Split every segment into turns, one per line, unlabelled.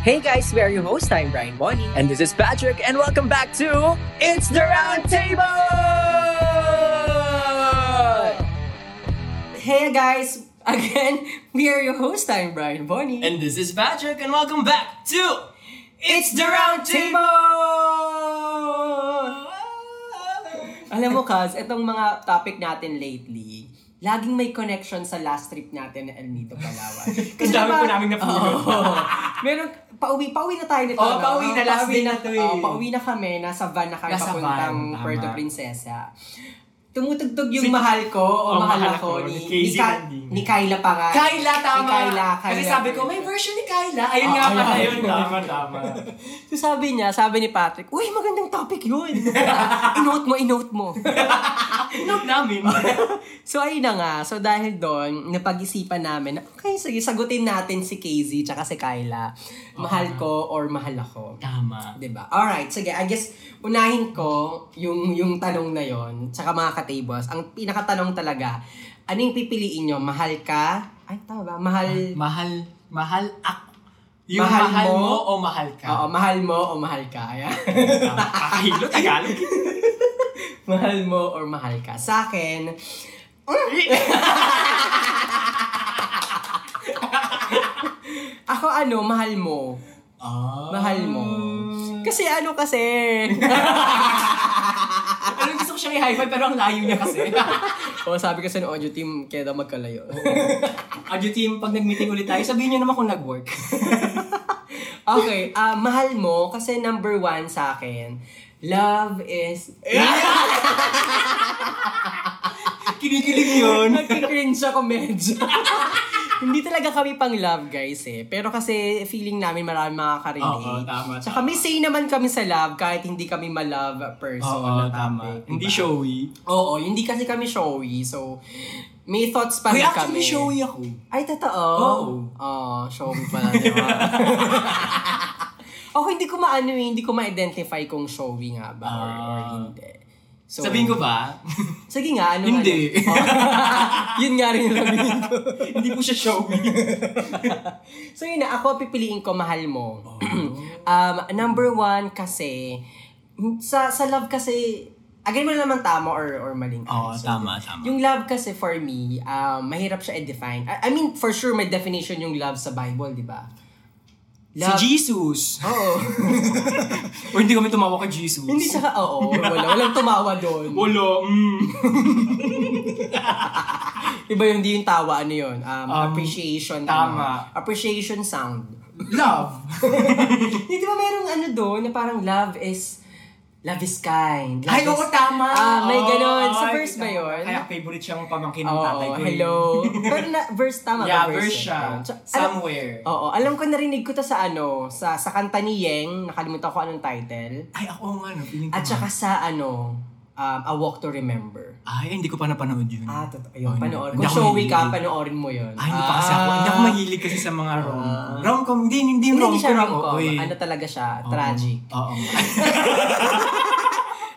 Hey guys, we are your host. I'm Brian Bonnie.
And this is Patrick, and welcome back to It's the Round Table!
Hey guys, again, we are your host. I'm Brian Bonnie.
And this is Patrick, and welcome back to It's the Round Table!
Alam mo, Kaz, itong mga topic natin lately, laging may connection sa last trip natin na El Nido, Palawan.
Ang dami
diba-
po naming napulot.
Oo. Meron, pauwi, pauwi na tayo nito.
Oo,
no?
pauwi na, last
Pauwi
day na to eh.
oo, pauwi na kami, nasa van na kami
Nasa
papuntang
van, tama.
Puerto Princesa. Tumutugtog yung
Si-
mahal ko o
Oh,
mahal
mahal
ako
ako,
ni,
ni
ni,
Casey
Ka-
Landing.
ni Kyla pa nga.
Kyla,
Ni
tama!
Kyla, Kyla.
Kasi sabi ko, may version ni Kyla. Ayun
Ah,
nga
ayun.
pala yun. Tama, tama.
So sabi niya, sabi ni Patrick, Uy, magandang topic yun. inote mo, inote mo.
Inog namin.
So ayun na nga, so dahil doon, napag-isipan namin, na, okay, sige, sagutin natin si KZ tsaka si Kyla. Mahal ko or mahal ako.
tama.
'Di ba? Alright, sige, I guess unahin ko yung, yung tanong na yon tsaka mga katibos. Ang pinakatanong talaga, ano yung pipiliin nyo? Mahal ka? Ay, tama ba? Mahal,
Mahal, mahal ako. Yung
Mahal
mahal,
mo?
mo, o mahal ka?
oo, mahal mo o mahal ka? Ayan.
Kakahilo, Tagalog.
mahal mo or mahal ka? Sa akin, ako ano, mahal mo.
Ah.
Mahal mo. Kasi ano kasi,
Alam, gusto ko siyang i-high five pero ang layo niya kasi.
o sabi kasi ng audio team, kaya daw magkalayo.
Audio team, pag nag-meeting ulit tayo, sabihin niyo naman kung nag-work.
okay, ah mahal mo kasi number one sa akin, love is...
Kinikilig yun.
Nagkikringe ako medyo. Hindi talaga kami pang love guys eh. Pero kasi feeling namin marami makaka-relate.
Oo, tama,
Tsaka may say naman kami sa love kahit hindi kami ma-love person. na topic,
Hindi
diba?
showy.
Oo, hindi kasi kami showy. So, may thoughts pa
Uy,
rin
actually,
kami.
showy ako.
Ay, totoo?
Oo.
Oo, showy pala, di ba? Ako, hindi ko maano eh, hindi ko ma-identify kung showy nga ba or, or
Ah.
hindi. So,
Sabihin ko ba?
Sige nga, ano
Hindi.
Ano? Oh. yun nga rin yung sabihin ko.
Hindi po siya showy.
So yun na, ako pipiliin ko mahal mo. um, number one kasi, sa, sa love kasi, again mo na naman tama or, or maling
Oo,
answer.
tama, tama.
Yung love kasi for me, um, mahirap siya i-define. I, I mean, for sure may definition yung love sa Bible, di ba?
Si Jesus.
Oo.
o hindi kami tumawa kay Jesus.
Hindi siya, oo. Wala, walang tumawa doon.
Ulo, mm.
Iba yung di yung tawa, ano yun? Um,
Um,
appreciation.
tama.
ano, appreciation sound.
Love.
Hindi ba merong ano doon na parang love is love is kind. Love
Ay,
is-
oo, tama.
Ah, may
Oo,
ganun. Sa
ay,
verse ba
tama.
yun?
Kaya favorite siyang pamangkin ng
Oo,
tatay ko. yun.
hello. Pero na, verse tama
Yeah,
ba?
verse
yun?
siya.
Tsaka, alam-
Somewhere.
Oo, alam ko narinig ko to sa ano, sa sa kanta ni Yeng, nakalimutan ko anong title.
Ay, ako nga, no. Feeling ko
At
nga.
saka sa ano, um, A Walk to Remember.
Ay, hindi ko pa napanood yun.
Ah, totoo. Ayun,
Ayun.
panoorin.
Ano? Hindi
Kung
ako
showy ka,
mahilig.
panoorin mo yun. Ah.
Ay, hindi pa kasi ako. Hindi ako mahilig kasi sa mga rom. rom-com, hindi, hindi yung
Hindi
rom-com.
siya
ako,
rom-com.
eh.
Ano talaga siya?
Oo.
Tragic.
Oo.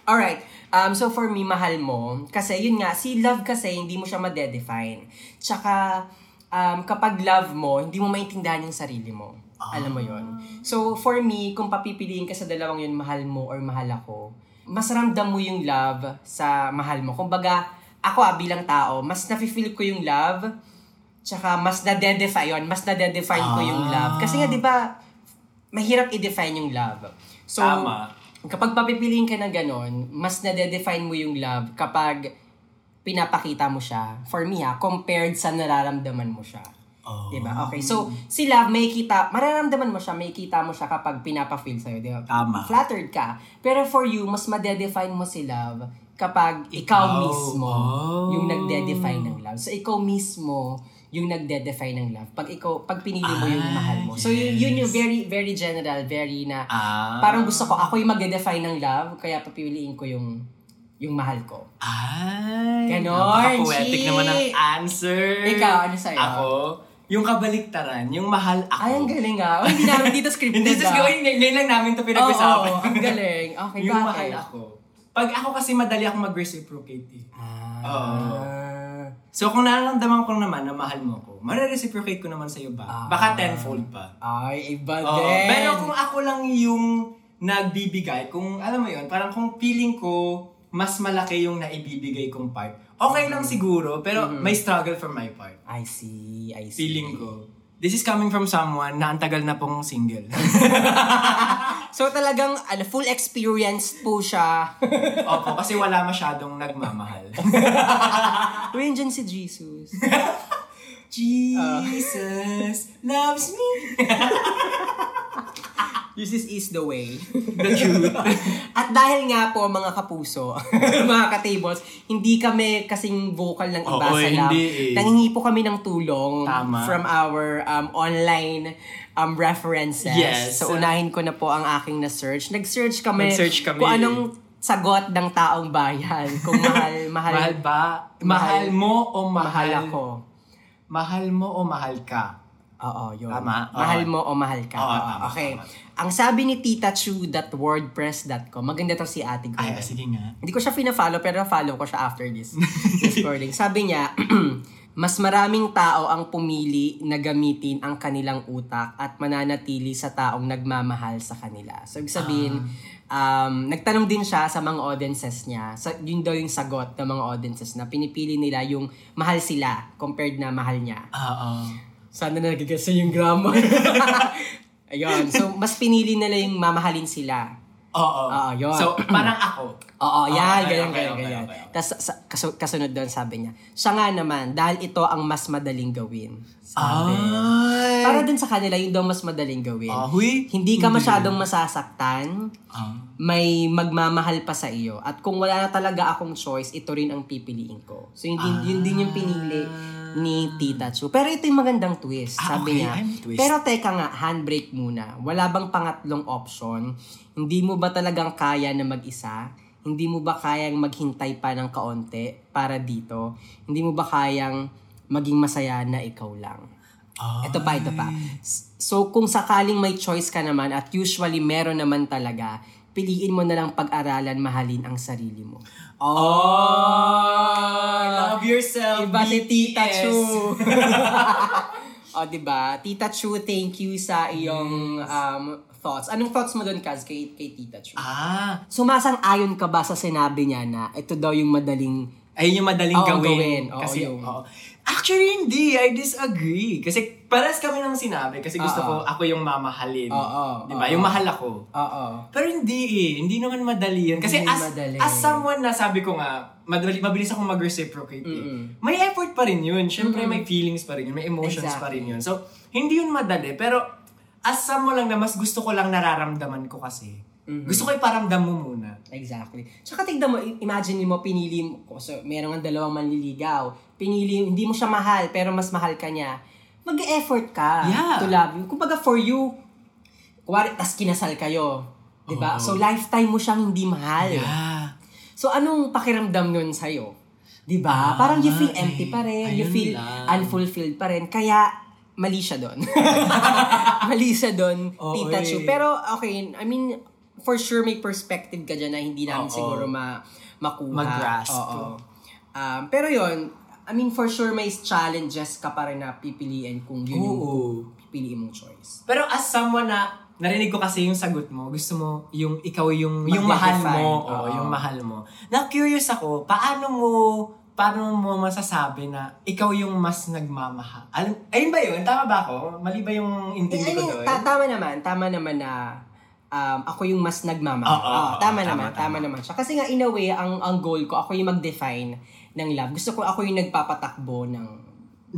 Alright. Um, so for me, mahal mo. Kasi yun nga, si love kasi hindi mo siya madedefine. Tsaka um, kapag love mo, hindi mo maintindihan yung sarili mo. Alam mo yun. So for me, kung papipiliin ka sa dalawang yun, mahal mo or mahal ako, mas ramdam mo yung love sa mahal mo. Kumbaga, ako ah, bilang tao, mas nafe-feel ko yung love, tsaka mas nadedefine yun, mas nadedefine ko yung love. Kasi nga, di ba, mahirap i-define yung love. So,
Tama.
kapag papipiliin ka ng ganon, mas nadedefine mo yung love kapag pinapakita mo siya. For me ha, compared sa nararamdaman mo siya.
Oh.
Diba? Okay. So, si love, may kita, mararamdaman mo siya, may kita mo siya kapag pinapafeel sa'yo. Diba?
Tama.
Flattered ka. Pero for you, mas madedefine mo si love kapag ikaw,
Ikaw.
mismo
Oh.
yung nagde-define ng love. So, ikaw mismo yung nagde-define ng love. Pag ikaw, pag pinili mo yung
Ah,
mahal mo. So, yun, yun yung
yes.
very, very general, very na,
Ah.
parang gusto ko, ako yung magde-define ng love, kaya papiliin ko yung, yung mahal ko.
Ay.
Ganon,
Napaka-poetic
Chi.
naman ang answer.
Ikaw, ano sa'yo?
Ako, yung kabaliktaran, yung mahal ako.
Ay, ang galing ah. Oh, hindi namin dito scripted
Hindi, just
ah.
gawin, ngay- ngayon lang namin ito
Oo,
pinag-usapan.
oo, ang galing. Okay,
yung
bakit?
mahal ako. Pag ako kasi madali akong mag-reciprocate eh.
Ah.
Oo. So, kung nararamdaman ko naman na mahal mo ko, mare-reciprocate ko naman sa'yo ba?
Ah.
Baka tenfold pa.
Ay, iba
Oo.
din.
Pero kung ako lang yung nagbibigay, kung alam mo yon parang kung feeling ko, mas malaki yung naibibigay kong part. Okay
Mm.
lang siguro, pero may struggle for my part.
I see, I see.
Feeling ko. This is coming from someone na ang tagal na pong single.
So talagang ano, full experience po siya.
Opo, kasi wala masyadong nagmamahal.
Uy, yun dyan si Jesus.
Jesus loves me.
Jesus is the way.
The truth.
At dahil nga po mga kapuso, mga katables, hindi kami kasing vocal ng iba
Oo,
sa lab.
hindi eh.
Nangingi po kami ng tulong
Tama.
from our um, online um, references.
Yes.
So unahin ko na po ang aking na-search. Nag-search kami,
Nag-search kami.
kung anong sagot ng taong bayan. Kung mahal, mahal,
Mahal ba? Mahal mo o mahal,
mahal ako.
Mahal mo o mahal ka?
Oo, yun.
Tama.
Mahal
Oo.
mo o mahal ka.
Oo,
Oo,
tama,
okay.
tama.
Ang sabi ni titachu.wordpress.com, maganda to si ate ko.
Ay, ah, sige nga.
Hindi ko siya fina-follow pero follow ko siya after this recording. Sabi niya, mas maraming tao ang pumili na gamitin ang kanilang utak at mananatili sa taong nagmamahal sa kanila. So, ibig sabihin,
Ah.
um, nagtanong din siya sa mga audiences niya. So, yun daw yung sagot ng mga audiences na pinipili nila yung mahal sila compared na mahal niya.
Oo.
Sana na nagigasa yung grammar. Ayun. So, mas pinili nila yung mamahalin sila. Oo,
Oo.
Ah, yun.
Oh. So, parang ako.
Oo, yan,
okay,
ganyan, ganyan,
okay, okay,
ganyan.
okay, okay.
Tapos sa- kasu- kasunod doon sabi niya, siya nga naman, dahil ito ang mas madaling gawin.
Ah,
Sabi.
Ay.
Para dun sa kanila, yun daw mas madaling gawin.
Ahoy.
Ah, Hindi ka masyadong masasaktan,
Ah.
may magmamahal pa sa iyo. At kung wala na talaga akong choice, ito rin ang pipiliin ko. So, yun, din- yun din yung pinili ni Tita Chu. Pero ito yung magandang twist.
Ah,
sabi
okay.
niya,
Ay, may twist.
pero teka nga, handbrake muna. Wala bang pangatlong option? Hindi mo ba talagang kaya na mag-isa? Hindi mo ba kayang maghintay pa ng kaonte para dito? Hindi mo ba kayang maging masaya na ikaw lang?
Ah.
Ito pa, ito pa. S- So, kung sakaling may choice ka naman at usually meron naman talaga, piliin mo na lang pag-aralan, mahalin ang sarili mo.
Oh, love yourself,
Iba Diba si Tita
BTS.
Chu. o, diba? Tita Chu, thank you sa iyong um, thoughts. Anong thoughts mo doon, Kaz, kay, kay Tita Chu?
Ah,
Sumasang-ayon ka ba sa sinabi niya na ito daw yung madaling...
ayun yung madaling
Oo,
gawin.
gawin. Oo,
kasi,
yun.
oo. Actually, hindi. I disagree. Kasi pares kami ng sinabi. Kasi gusto
Oo.
ko, ako yung mamahalin.
Oo,
Di ba?
oo.
Yung mahal ako.
Oo.
Pero hindi eh. Hindi naman madali yun. Kasi
Hindi
as,
madali.
as someone na sabi ko nga, madali, mabilis akong mag-reciprocate eh.
Mm-mm.
May effort pa rin yun. Siyempre, may feelings pa rin yun. May emotions pa rin yun. So, hindi yun madali. Pero as someone lang na mas gusto ko lang nararamdaman ko kasi.
Mm-hmm.
Gusto ko iparamdam mo muna.
Exactly. Tsaka tignan mo, i- imagine mo, pinili mo, ko- so, meron kang dalawang manliligaw, pinili, hindi mo siya mahal, pero mas mahal ka niya, mag-effort ka
Yeah.
to love you. Kumbaga for you, kuwari, tas kinasal kayo. Diba? So, lifetime mo siyang hindi mahal. Ah,
Yeah.
So, anong pakiramdam nun sa'yo? Diba? Parang you feel empty pa rin. you
Ah, ayun
feel
lang.
unfulfilled pa rin. Kaya, mali siya doon. mali siya doon,
Oo
Tita
eh.
Chu. Pero, okay, I mean, for sure may perspective ka dyan na hindi namin
Oo.
siguro ma makuha.
Mag-grasp.
Oo. Um, pero yon I mean, for sure may challenges ka pa rin na pipiliin kung yun yung
Oo.
pipiliin mong choice.
Pero as someone na narinig ko kasi yung sagot mo, gusto mo yung ikaw yung yung mahal
Mag-define.
mo, o
Oo.
yung mahal mo. Na curious ako, paano mo paano mo masasabi na ikaw yung mas nagmamahal? Alam, ayun ba yun? Tama ba ako? Mali ba yung
Eh,
intindi
I
ko
mean,
doon?
ta- tama naman, tama naman na um, ako yung mas nagmamahal.
Oo, oo,
Oo, tama,
oo,
naman, tama,
tama,
naman siya. Kasi nga in a way, ang, ang goal ko, ako yung mag-define ng love. Gusto ko ako yung nagpapatakbo ng,
Ng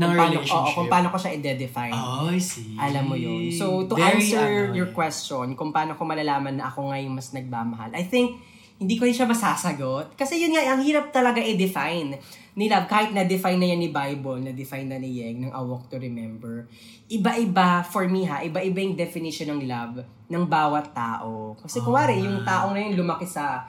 kung paano,
relationship.
Oo, kung paano ko siya i-define.
Oh, I see.
Alam mo yun. So, to
Very,
answer
ano,
your question, kung paano ko malalaman na ako nga yung mas nagmamahal, I think, hindi ko rin siya masasagot. Kasi yun nga, ang hirap talaga i-define ni love. Kahit na-define na yan ni Bible, na-define na ni Yeng, ng A Walk to Remember. Iba-iba, for me ha, iba-iba yung definition ng love ng bawat tao.
Ah.
Kasi kuwari, yung taong na yun lumaki sa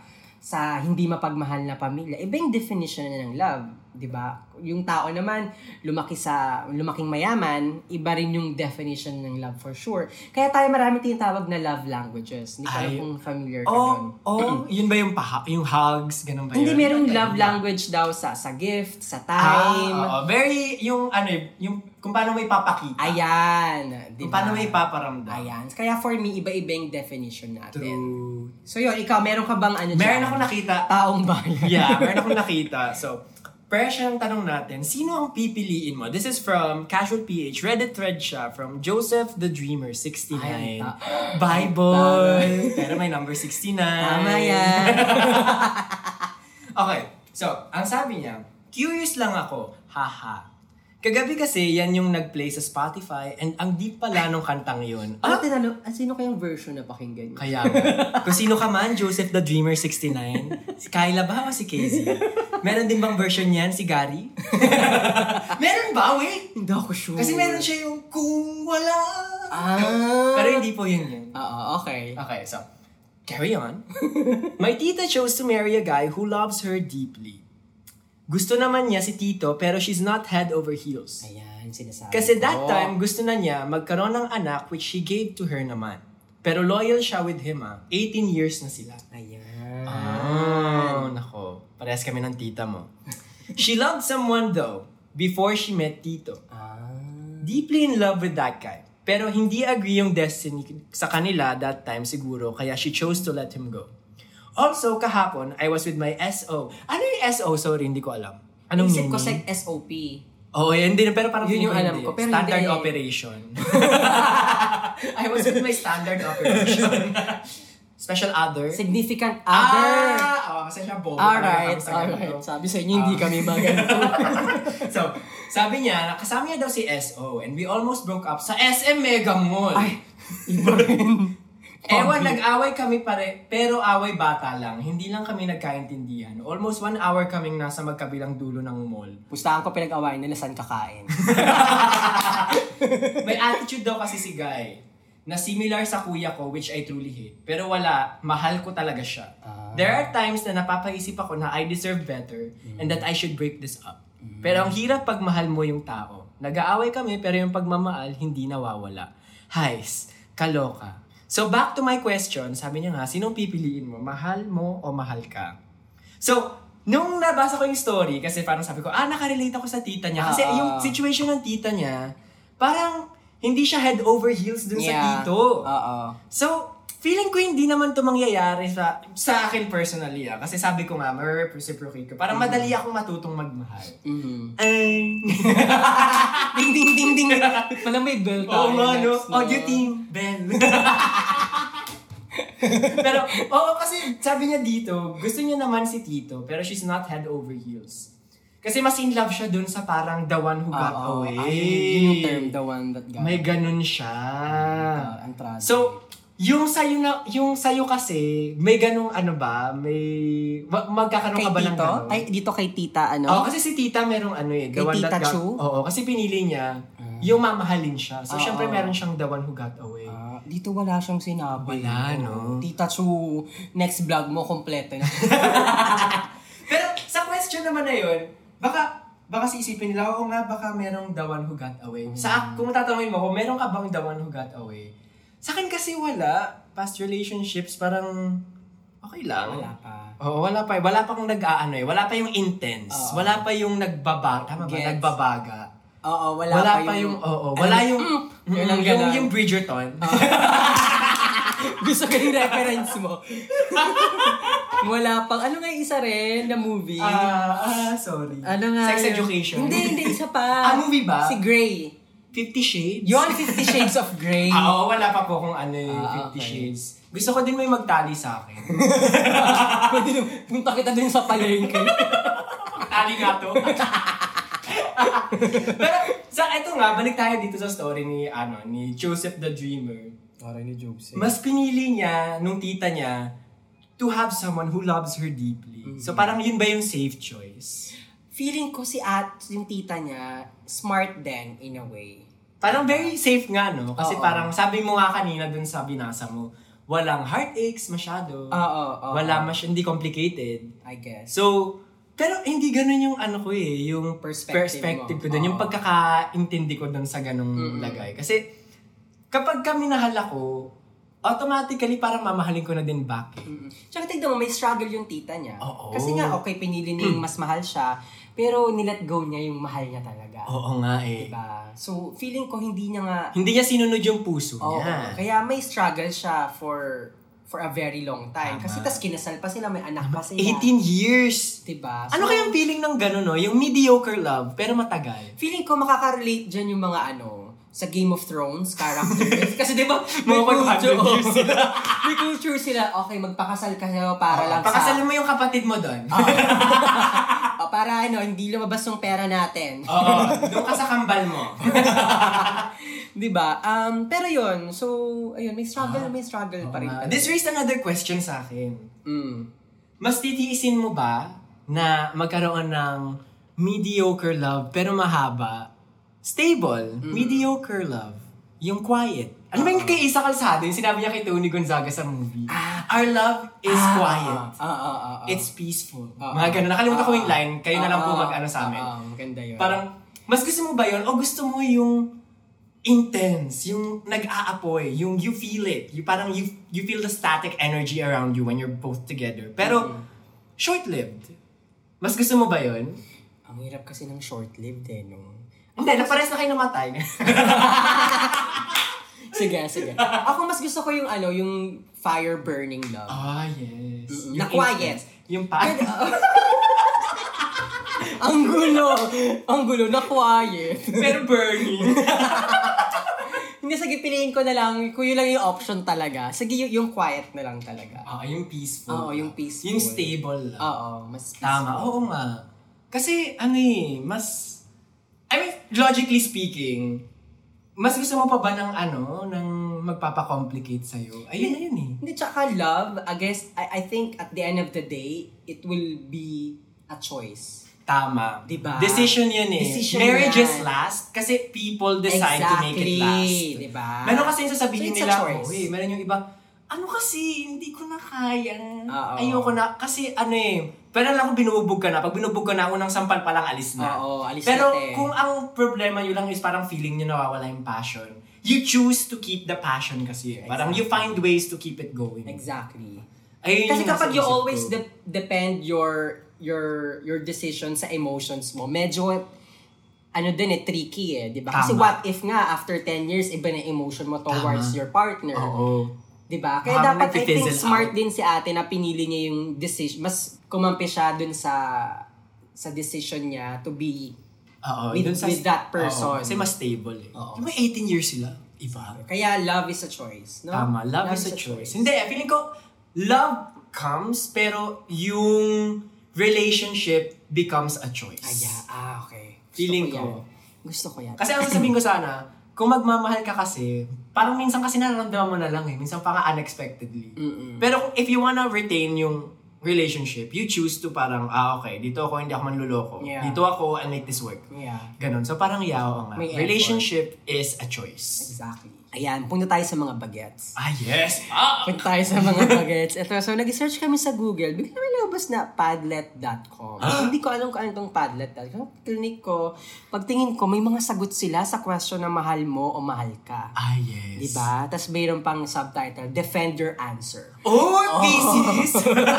sa hindi mapagmahal na pamilya, iba yung definition niya ng love. 'di ba? Yung tao naman lumaki sa lumaking mayaman, iba rin yung definition ng love for sure. Kaya tayo marami tinatawag na love languages. Hindi ko alam
Ay.
kung familiar ka
Oh,
nun.
oh, yun ba yung paha, yung hugs, ganun ba yun?
Hindi merong love language daw sa sa gift, sa time.
Ah, oo. very, yung ano, eh, yung kung paano may papakita.
Ayan, 'di
Kung
ba?
paano may paparamdam.
Ayan. Kaya for me iba-iba yung definition natin.
True.
So yun, ikaw meron ka bang ano
Meron
dyan?
ako nakita.
taong bayan.
Yeah, meron akong nakita. So, fresh ang tanong natin, sino ang pipiliin mo? This is from Casual PH, Reddit thread siya, from Joseph the Dreamer, 69.
Ay, ang
Bye, boy! Pero may number 69.
Tama yan.
Okay, so, ang sabi niya, curious lang ako, haha. Kagabi kasi, yan yung nag-play sa Spotify and ang deep pala nung kantang yun.
Ano
Ah,
tinanong, ah, sino kayang version na pakinggan niyo?
Kaya nga. Kung sino ka man, Joseph the Dreamer 69, si Kyla ba o si Casey? Meron din bang version niyan si Gary? meron ba? Wait!
Hindi ako sure.
Kasi meron siya yung kung wala.
Ah.
Pero hindi po yun yun.
Oo, okay.
Okay, so, carry on. My tita chose to marry a guy who loves her deeply. Gusto naman niya si Tito pero she's not head over heels.
Ayan, sinasabi
Kasi
ko.
that time, gusto na niya magkaroon ng anak which she gave to her naman. Pero loyal siya with him ah. 18 years na sila.
Ayan.
Ah, nako. Parehas kami ng tita mo. she loved someone though before she met Tito.
Ah.
Deeply in love with that guy. Pero hindi agree yung destiny sa kanila that time siguro kaya she chose to let him go. Also, kahapon, I was with my SO. Ano yung SO? Sorry, hindi ko alam. Anong
Isip ko
meaning?
sa SOP.
Oo, eh, hindi na. Pero parang
Yun yung
feeling
alam
hindi.
ko, pero
standard
hindi eh.
operation. I was with my standard operation. Special other.
Significant other.
Ah! Oo, kasi siya bobo.
alright,
Parang sa
alright.
ganito. Ah.
Sabi sa inyo, hindi kami maganda.
so, sabi niya, kasama niya daw si SO and we almost broke up sa SM Mega Mall.
Ay, iba rin.
Ewan, nag-away kami pare, pero away bata lang. Hindi lang kami nagkaintindihan. Almost one hour kaming nasa magkabilang dulo ng mall.
Pustahan ko pinag-awayan nila saan kakain.
May attitude daw kasi si Guy na similar sa kuya ko which I truly hate. Pero wala, mahal ko talaga siya. There are times na napapaisip ako na I deserve better and that I should break this up. Pero ang hirap pag mahal mo yung tao. Nag-aaway kami pero yung pagmamahal hindi nawawala. Hais, kaloka. So back to my question, sabi niya nga, sinong pipiliin mo? Mahal mo o mahal ka? So, nung nabasa ko yung story, kasi parang sabi ko, ah, nakarelate ako sa tita niya. Kasi
Ah.
yung situation ng tita niya, parang hindi siya head over heels dun sa
Yeah.
tito.
Oo.
So, feeling ko hindi naman to mangyayari sa, sa akin personally. Ah. Kasi sabi ko nga, ma-reciprocate ko. Parang
Mm-hmm.
madali akong matutong magmahal.
Mhm.
Ay!
Ding, ding, ding, ding. Pala may bell tayo.
Oo nga, no?
next,
Audio team, Ben. pero, oo, kasi sabi niya dito, gusto niya naman si Tito, pero she's not head over heels. Kasi mas in love siya dun sa parang the one who got
Oo, ay,
away.
Ah, yun yung term, the one that got
May ganun siya.
Ah, ang tragic.
So, yung sa'yo na, yung sa'yo kasi, may ganung ano ba, may, wa- magkakaroon
kay
ka ba ng
tito?
ganun?
Ay, dito kay tita, ano?
Oo, kasi si tita merong ano eh, the
Kay
one
Tita
that got,
Chu? Mm.
Oo, kasi pinili niya, yung mamahalin siya. So,
Oo.
syempre meron siyang the one who got away.
Ah, dito wala siyang sinabi.
Wala, no?
Oo. Tita Chu, next vlog mo, kompleto na.
Pero sa question naman na yun, baka, baka siisipin nila, oo nga, baka merong the one who got away.
Mm.
Sa, kung tatanungin mo, kung meron ka bang the one who got away, sa akin kasi wala. Past relationships, parang okay lang.
wala pa.
Oo, wala pa. eh. Wala pa kung nag-aano eh. Wala pa yung intense.
Oo.
Wala pa yung nagbaba. Tama ba?
Gets.
Nagbabaga.
Oo, wala,
Wala, pa yung, oo.
Ano,
wala yung,
mm,
Mm,
yun ang
yung,
ganun.
yung Bridgerton.
Gusto ko yung reference mo. wala pang, ano nga yung isa rin na movie?
Ah, ah, sorry.
ano nga
Sex
yun?
education.
Hindi, hindi, isa pa.
Ah, movie ba?
Si Grey.
Fifty Shades?
Yon, Fifty Shades of Grey.
Ah, oo, wala pa po kung ano yung
Ah,
Fifty
okay.
Shades. Gusto ko din may magtali sa akin.
Pwede nung- punta kita dun sa palengke.
Tali nga to. Pero, sa, eto nga, balik tayo dito sa story ni, ano, ni Joseph the Dreamer.
Parang ni Jobs
Mas pinili niya, nung tita niya, to have someone who loves her deeply. So parang yun ba yung safe choice?
Feeling ko si at, yung tita niya, smart din in a way.
Parang very safe nga, no? Kasi
Oo.
parang sabi mo nga kanina dun sa binasa mo, walang heartaches masyado.
Oo, oo.
Wala mas hindi complicated.
I guess.
So, Pero hindi ganun yung ano ko eh, yung
Perspective
perspective
mo.
ko dun, yung
Oo.
pagkakaintindi ko dun sa ganung
Mm-mm.
lagay. Kasi kapag ka minahal ako, automatically parang mamahalin ko na din back eh.
Mm. Tsaka tignan mo, may struggle yung tita niya.
Oo.
Kasi nga, okay, pinili niya yung mas mahal siya, pero nilet go niya yung mahal niya talaga.
Oo nga eh.
Diba? So, feeling ko hindi niya nga...
Hindi niya sinunod yung puso
Oo.
niya.
Kaya may struggle siya for for a very long time. Kasi
Tama.
tas kinasal pa sila, may anak pa sila.
18 years!
Diba? So,
Ano kayang feeling ng gano'n no? Yung mediocre love, pero matagal.
Feeling ko makaka-relate dyan yung mga ano, sa Game of Thrones characters. Kasi di ba, may
Diba? Mga
culture,
100 years sila.
may culture sila, okay, magpakasal ka na para lang sa...
Pakasalin Oh, mo yung kapatid mo doon.
Ah, Oh, para ano, hindi lumabas yung pera natin.
Oo, doon ka sa kambal mo.
Di ba? Um, pero yun, so, ayun, may struggle, may struggle pa rin. talaga.
Ah. Oh, Uh, This raised another question sa akin.
Mm.
Mas titiisin mo ba na magkaroon ng mediocre love pero mahaba? Stable, mediocre love, yung quiet. Ano ba
Ah.
yung kay Isa Calzada? Yung sinabi niya kay Tony Gonzaga sa movie. Our love is
Ah,
quiet.
Ah, ah, ah, ah, ah.
It's peaceful.
Ah,
Mga
ah,
ganun. Nakalimutan ko
ah,
yung line. Kayo na lang po
ah,
mag-ano sa amin.
Ah, ah, maganda yun.
Parang, mas gusto mo ba yun? O gusto mo yung intense, yung nag-aapoy, yung you feel it. You, parang you, you feel the static energy around you when you're both together. Pero,
Mm-hmm.
short-lived. Mas gusto mo ba yun?
Ang hirap kasi ng short-lived eh, no?
Hindi, na pares na kayo namatay.
Sige, sige. Ako mas gusto ko yung ano, yung fire burning love.
Ah, yes.
Mm-mm. Na
Yung
quiet.
intense. Yung pa...
ang gulo! ang gulo, na quiet.
Pero burning.
Hindi, sige, piliin ko na lang, kung yun lang yung option talaga. Sige, yung, yung quiet na lang talaga.
Ah, yung peaceful.
Oo, yung peaceful.
Yung stable lang.
Oo, mas peaceful.
Tama, oo nga. Kasi, ano eh, mas... I mean, logically speaking, mas gusto mo pa ba ng ano, ng magpapakomplicate sa'yo? Ayun na yun eh.
Hindi, tsaka love, I guess, I, I think at the end of the day, it will be a choice.
Tama.
Diba?
Decision yun eh.
Decision
Marriages
yan.
last kasi people decide to make it last.
Diba?
Meron kasi yung
So,
sasabihin
it's a
nila,
choice.
oh, eh, meron yung iba, ano kasi, hindi ko na kaya.
Oo.
Ayoko na, kasi ano eh, pero alam ko binubog ka na. Pag binubog ka na, unang sampal pa lang alis na.
Oo, alis
Pero
na, te.
kung ang problema nyo lang is parang feeling nyo nawawala yung passion, you choose to keep the passion kasi. eh. Parang you find ways to keep it going.
Exactly.
Ayun
Kasi
yung
kapag
nasa
you
isip ko.
always de- depend your your your decision sa emotions mo, medyo ano din eh, tricky eh, di ba? Kasi
Tama.
what if nga, after 10 years, iba na yung emotion mo towards
Tama.
your partner.
Oo.
Di ba? Kaya
Parang
dapat, I think,
nagfi-fizzle
smart
out.
din si ate na pinili niya yung decision. Mas kumampi siya dun sa sa decision niya to be
Oo.
With-
dun sa-
with that person.
Oo, kasi mas stable eh.
Oo.
Di ba 18 years sila. Iba.
Kaya love is a choice, no?
Tama, love, is a choice. Hindi, eh, feeling ko, love comes, pero yung relationship becomes a choice.
Aya, ah, okay. Gusto
Feeling ko.
yan. Gusto ko yan.
Kasi ang sasabihin ko sana, kung magmamahal ka kasi, parang minsan kasi nararamdaman mo na lang eh. Minsan para unexpectedly.
Mm-mm.
Pero kung if you wanna retain yung relationship, you choose to parang, ah okay, dito ako, hindi ako manluloko.
Yeah.
Dito ako, I'll make this work.
Yeah.
Ganon. So parang yao nga.
May effort.
Relationship is a choice.
Exactly. Ayan, punta tayo sa mga bagets.
Ah, yes! Ah!
Punta tayo sa mga bagets. Ito, so nag-search kami sa Google. Bigla may labas na padlet.com. Hindi ko alam kung ano itong padlet.com. Clinic ko, pagtingin ko, may mga sagot sila sa question na mahal mo o mahal ka.
Ah, yes.
Diba? Tapos mayroon pang subtitle, Defend Your Answer.
Oh, thesis!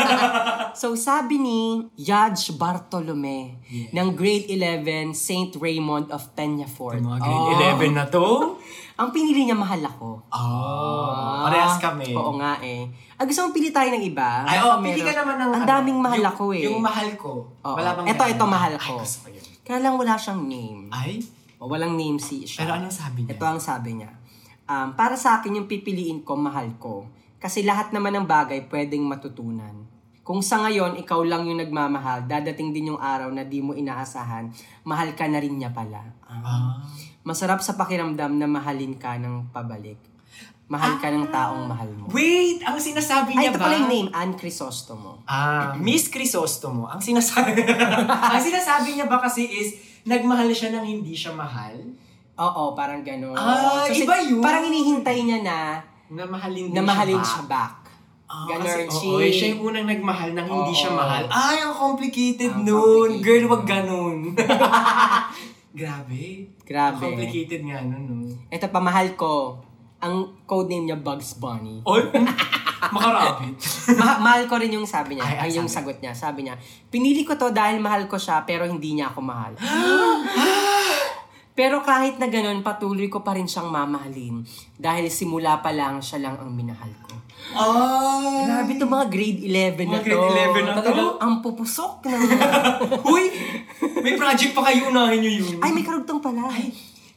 So sabi ni Judge Bartolome ng grade 11 St. Raymond of Peñafort.
Mga
Oh.
grade 11 na to.
Ang pinili niya mahal ako.
Oh,
Ah,
parehas kami.
Oo nga eh. Ah, gusto mong pili tayo ng iba?
Ay,
Baka
oh, pili ka
meron.
naman ng...
Ang
ano,
daming mahal
yung-
ako eh.
Yung mahal ko.
Oo.
Wala bang
Ito,
ganun?
ito, mahal ko.
Ay, gusto ko yun.
Kaya lang wala siyang name.
Ay?
O, walang name si siya.
Pero anong sabi niya?
Ito ang sabi niya. Um, para sa akin yung pipiliin ko, mahal ko. Kasi lahat naman ng bagay pwedeng matutunan. Kung sa ngayon, ikaw lang yung nagmamahal, dadating din yung araw na di mo inaasahan, mahal ka na rin niya pala. Ah.
Ah.
Masarap sa pakiramdam na mahalin ka ng pabalik. Mahal ka ng taong mahal mo.
Ah. Wait, ang sinasabi
Ay,
niya
ito
ba?
pala yung name, Ann Crisostomo.
Ah, Miss Crisostomo. Ang sinasabi, ang sinasabi niya ba kasi is, nagmahal siya ng hindi siya mahal?
Oo, parang gano'n.
Ah, iba yun.
Parang hinihintay niya na
Na mahalin din
na mahalin
ba?
siya back.
Ah,
Ganon,
kasi,
she-
oo, eh, siya yung unang nagmahal nang hindi
Oo.
siya mahal. Ay, ang complicated
Ang
nun.
complicated.
Girl, wag ganun. Grabe.
Grabe.
Complicated nga nun, no?
Ito pa, mahal ko. Ang codename niya, Bugs Bunny.
Or, makarabit.
Ma- mahal ko rin yung sabi niya.
Ay,
Ay,
ay,
yung
sabi.
sagot niya. Sabi niya, pinili ko to dahil mahal ko siya pero hindi niya ako mahal. pero kahit na ganun, patuloy ko pa rin siyang mamahalin dahil simula pa lang siya lang ang minahal ko.
Ay!
Grabe to mga grade 11 na
Mga
to.
grade 11 na to.
Talagang ang pupusok na.
Huy! May project pa kayo, unahin nyo yun.
Ay, may karugtong pala.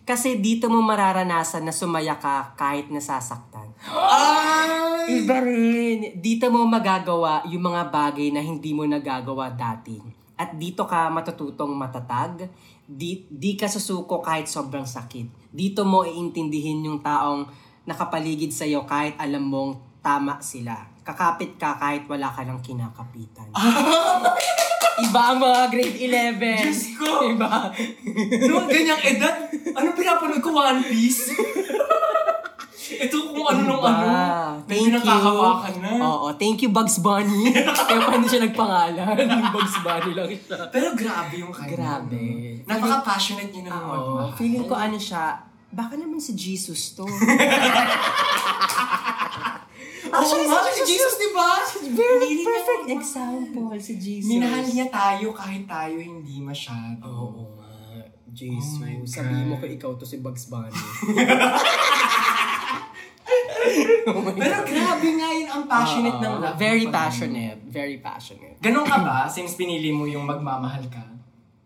Kasi dito mo mararanasan na sumaya ka kahit nasasaktan.
Ay!
Iba rin. Dito mo magagawa yung mga bagay na hindi mo nagagawa dati. At dito ka matututong matatag. Di, di ka susuko kahit sobrang sakit. Dito mo iintindihin yung taong nakapaligid sa'yo kahit alam mong tama sila. Kakapit ka kahit wala ka ng kinakapitan. Iba ang mga grade 11.
Diyos ko!
Iba.
Noong ganyang edad, ano pinapanood ko? One Piece? Ito kung ano
Diba?
nung ano. May pinakakawakan na.
Oo, thank you Bugs Bunny. Kaya paano siya nagpangalan? Bugs Bunny lang siya.
Pero grabe yung kanya.
Grabe.
no? Napaka-passionate niya ng mga
Oo, feeling ko ano siya, baka naman si Jesus to.
Actually,
Oo nga,
si Jesus, di ba?
Very
Hindi niya-
perfect example si Jesus.
Minahal niya tayo kahit tayo hindi masyado.
Oo nga,
Oh
Jesus.
my
Sabihin
God.
mo ko ikaw to si Bugs Bunny.
Pero grabe nga yun ang passionate ng
Oh Oo,
love.
Ah, Very passionate. Very passionate.
Ganon ka ba since pinili mo yung magmamahal ka?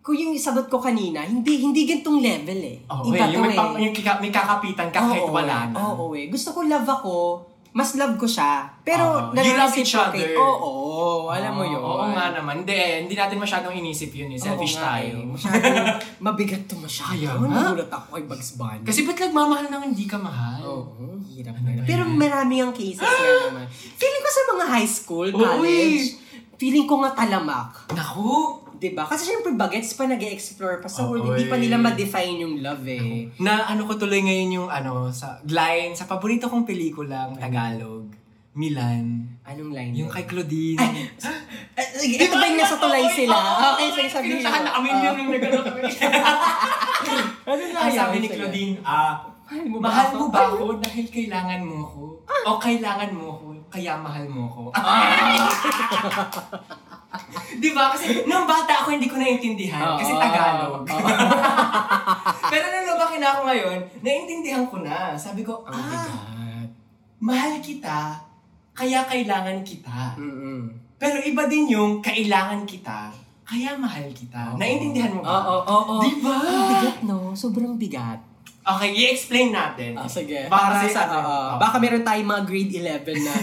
Kung yung sagot ko kanina, hindi hindi gantong level eh.
Oo,
Iba
eh,
to
yung, may,
eh.
pa- yung kika- may kakapitan ka kahit
Oo,
wala na.
Oo, eh. Gusto ko love ako, mas love ko siya. Pero,
Oo. You love
nare-reciprocate.
each other.
Oo, alam mo yun.
Oo nga naman. Hindi, eh, hindi natin masyadong inisip yun eh.
Oo
Selfish
nga eh.
tayo.
Masyadong mabigat to masyado.
Kaya nga.
Nagulat ako kay Bugs Bunny.
Kasi Ano ba't nagmamahal nang hindi ka mahal?
Oo, hirap na. Pero marami ang cases nga naman. Feeling ko sa mga high school,
Oo,
college,
eh.
feeling ko nga talamak.
Naku!
'Di ba? Kasi syempre bagets pa nag explore pa sa
Oo,
world. Hindi pa
eh.
nila ma-define yung love eh.
Na ano ko tuloy ngayon yung ano, sa line, sa paborito kong pelikulang Tagalog, Milan.
Anong line?
Yung
nun?
kay Claudine.
Ay, Eh, sige, ito ba yung nasa tulay sila? Okay, sige, sabihin mo.
Pinuntahan na kami yun yung nagano kami.
Ano
Ay, sabi ni Claudine, ah,
Mahal mo ba
mahal
ako?
mo ba ako dahil kailangan mo ako? O kailangan mo ako, kaya mahal mo ako?
Ah!
Di ba? Kasi nung bata ako hindi ko naiintindihan. Kasi
Oo.
Tagalog.
Oo. Ah!
Pero nung lumaki na ako ngayon, naiintindihan ko na. Sabi ko,
Ang
ah,
bigat.
mahal kita, kaya kailangan kita.
Mm-mm.
Pero iba din yung kailangan kita, kaya mahal
Oh.
kita. Naiintindihan mo ba?
Oo, oo, oo.
Di ba?
Ang bigat, no? Sobrang bigat.
Okay, i-explain natin.
Ah, sige.
Ah, Para
Para
sa- Oh.
sa, ano, ah,
oo.
oh. baka meron tayong mga grade 11 na.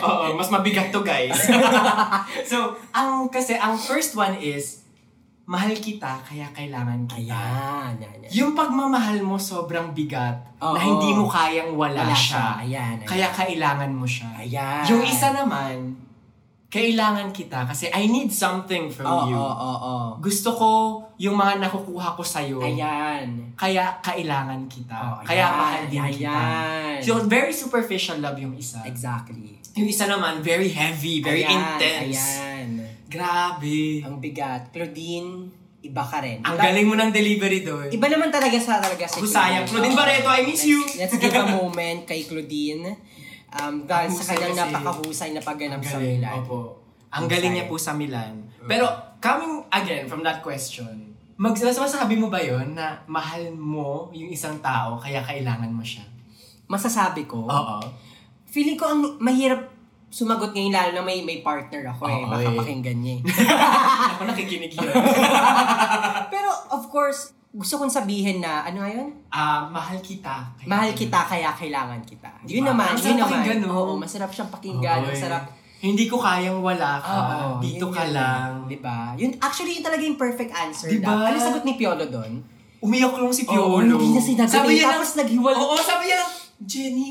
Oo, mas mabigat to guys. so, ang kasi ang first one is, mahal kita kaya kailangan kita.
Ayan, yan, yan.
Yung pagmamahal mo sobrang bigat
Oo.
na hindi mo kayang wala,
Wala
siya.
siya. Ayan, ayan.
Kaya kailangan mo siya.
Ayan.
Yung isa naman, kailangan kita kasi I need something from
Oo,
you.
oo, oo.
Gusto ko yung mga nakukuha ko sa'yo.
Ayan. Oh,
Kaya kailangan kita.
Oo,
kaya
ayan,
mahal din kita.
ayan.
So, very superficial love yung isa.
Exactly.
Yung isa naman, very heavy, very
Ayan,
intense.
Ayan.
Grabe.
Ang bigat. Claudine, iba ka rin.
Ang
Iba-
galing mo ng delivery doon.
Iba naman talaga sa talaga si
Husayang. Claudine Barreto, I miss
Let's-
you.
Let's give a moment kay Claudine. Um, dahil
Ang
sa
husay
kanyang
kasi.
napakahusay na pagganap
Ang
sa
galing,
Milan.
Opo. Ang galing niya po sa Milan. Pero, coming again from that question, mag masasabi mo ba yon na mahal mo yung isang tao kaya kailangan mo siya?
Masasabi ko,
Oo.
feeling ko ang mahirap sumagot ngayon lalo na may may partner ako eh.
Oo,
Baka
eh.
pakinggan niya eh.
Ako nakikinig yun.
Pero of course, gusto kong sabihin na, ano nga yun?
Ah, mahal kita. kaya
Mahal
kailangan
kita kaya kailangan kita.
Diba?
Yun naman,
Ang sarap
yun naman.
pakinggan, no?
Oo, masarap siyang pakinggan.
Oo,
Ang
eh.
sarap
Hindi ko kayang wala ka. Ah,
yun
dito ka
yun.
lang.
Diba? Yun, actually, yun talaga yung perfect answer.
Diba?
Diba? Ano sagot ni Piolo doon?
Umiyak lang si
Oo,
Piolo.
hindi niya sinagot eh,
lang-
tapos naghiwalay.
Oo, sabi niya lang, Jenny.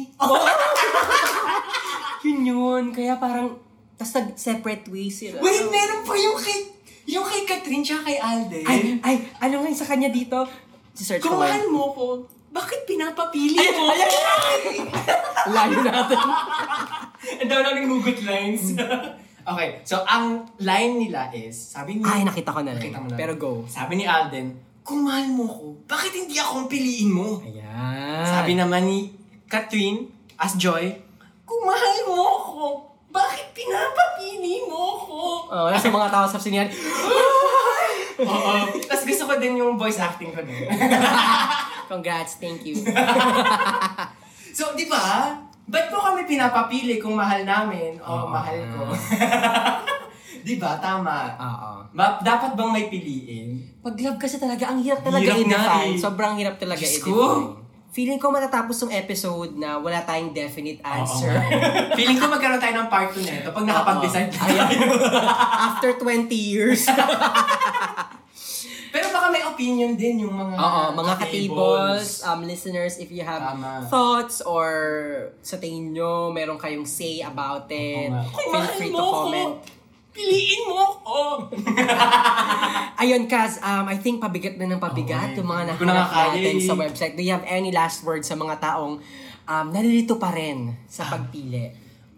Yun yun. Kaya parang, tas nag-separate ways sila.
Wait, meron pa yung kay, yung kay Catherine tsaka kay Alden.
Ay, ay, ano nga yung sa kanya dito? Si Sir
Kung mahal mo ko, bakit pinapapili mo?
Ay, ay, ay! Layo natin.
Ang dami namin hugot lines.
Hmm.
okay, so ang line nila is, sabi ni...
Ay, nakita ko na rin.
Nakita mo na.
Pero go.
Sabi ni Alden, kung mahal mo ko, bakit hindi ako ang piliin mo?
Ayan.
Sabi naman ni Katrin as Joy, kung mahal mo ko, bakit pinapapili mo ko?
Oh, nasa mga tao sa sinihan.
Oo. Tapos gusto ko din yung voice acting ko din.
Congrats, thank you.
so, di ba? Ba't po kami pinapapili kung mahal namin o
Oo.
mahal ko? di ba? Tama.
Oo.
Ma- dapat bang may piliin?
Pag love kasi talaga, ang hirap talaga
Hirap nga
i-define.
eh.
Sobrang hirap talaga
Diyos
i-define.
ko.
Feeling ko matatapos yung episode na wala tayong definite answer.
Feeling ko magkaroon tayo ng part 2 nito
Ah,
pag nakapag-decide
Oo.
tayo.
After 20 years.
Pero baka may opinion din yung mga
Oo, Ah, mga katables, um, listeners, if you have
Tama.
thoughts or sa tingin nyo, meron kayong say about it,
nga.
feel free to comment.
Piliin mo ako.
Ayun, Kaz, um, I think pabigat na ng pabigat
Okay.
yung mga
Hindi ko na
nahanap
nga kaya
natin
eh.
sa website. Do you have any last words sa mga taong um, nalilito pa rin sa
Ah.
pagpili?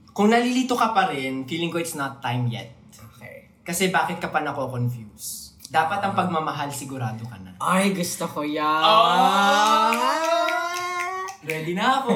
Kung nalilito ka pa rin, feeling ko it's not time yet.
Okay.
Kasi bakit ka pa nako-confuse? Dapat
Ah.
ang pagmamahal sigurado ka na.
Ay, gusto ko yan.
Oh! Ready na ako.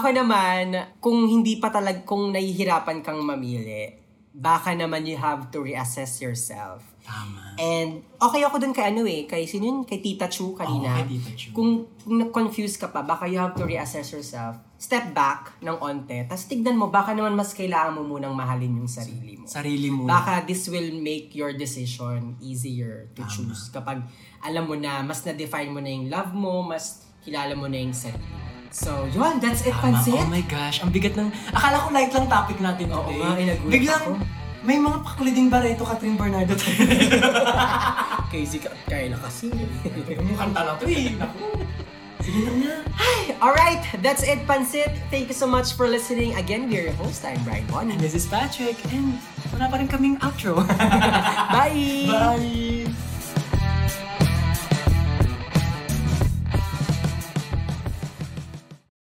Ako naman, kung hindi pa talag, kung nahihirapan kang mamili, baka naman you have to reassess yourself.
Tama.
And okay ako dun kay ano eh, kay sino yun? Kay Tita Chu kanina.
Oo, kay Tita Chu.
Kung na-confuse ka pa, baka you have to reassess yourself. Step back ng onte, tapos tignan mo, baka naman mas kailangan mo munang mahalin yung sarili mo.
Sarili mo.
Baka this will make your decision easier to choose kapag alam mo na, mas na-define mo na yung love mo, mas kilala mo na yung sarili mo. So, yun, that's it,
Tama.
Pansit.
Oh my gosh, ang bigat ng... Akala ko light lang topic natin
Oo
today.
nga, eh, nagulat
Biglang,
ako.
may mga pakuliding bareto, Catherine Bernardo tayo.
Crazy ka, kaya kasi.
Mukhang tala to eh. Naku. Sige na nga.
Alright, that's it, Pansit. Thank you so much for listening. Again, we're your host. I'm Brian Bonnie.
This is Patrick and wala pa rin kaming outro.
Bye!
Bye!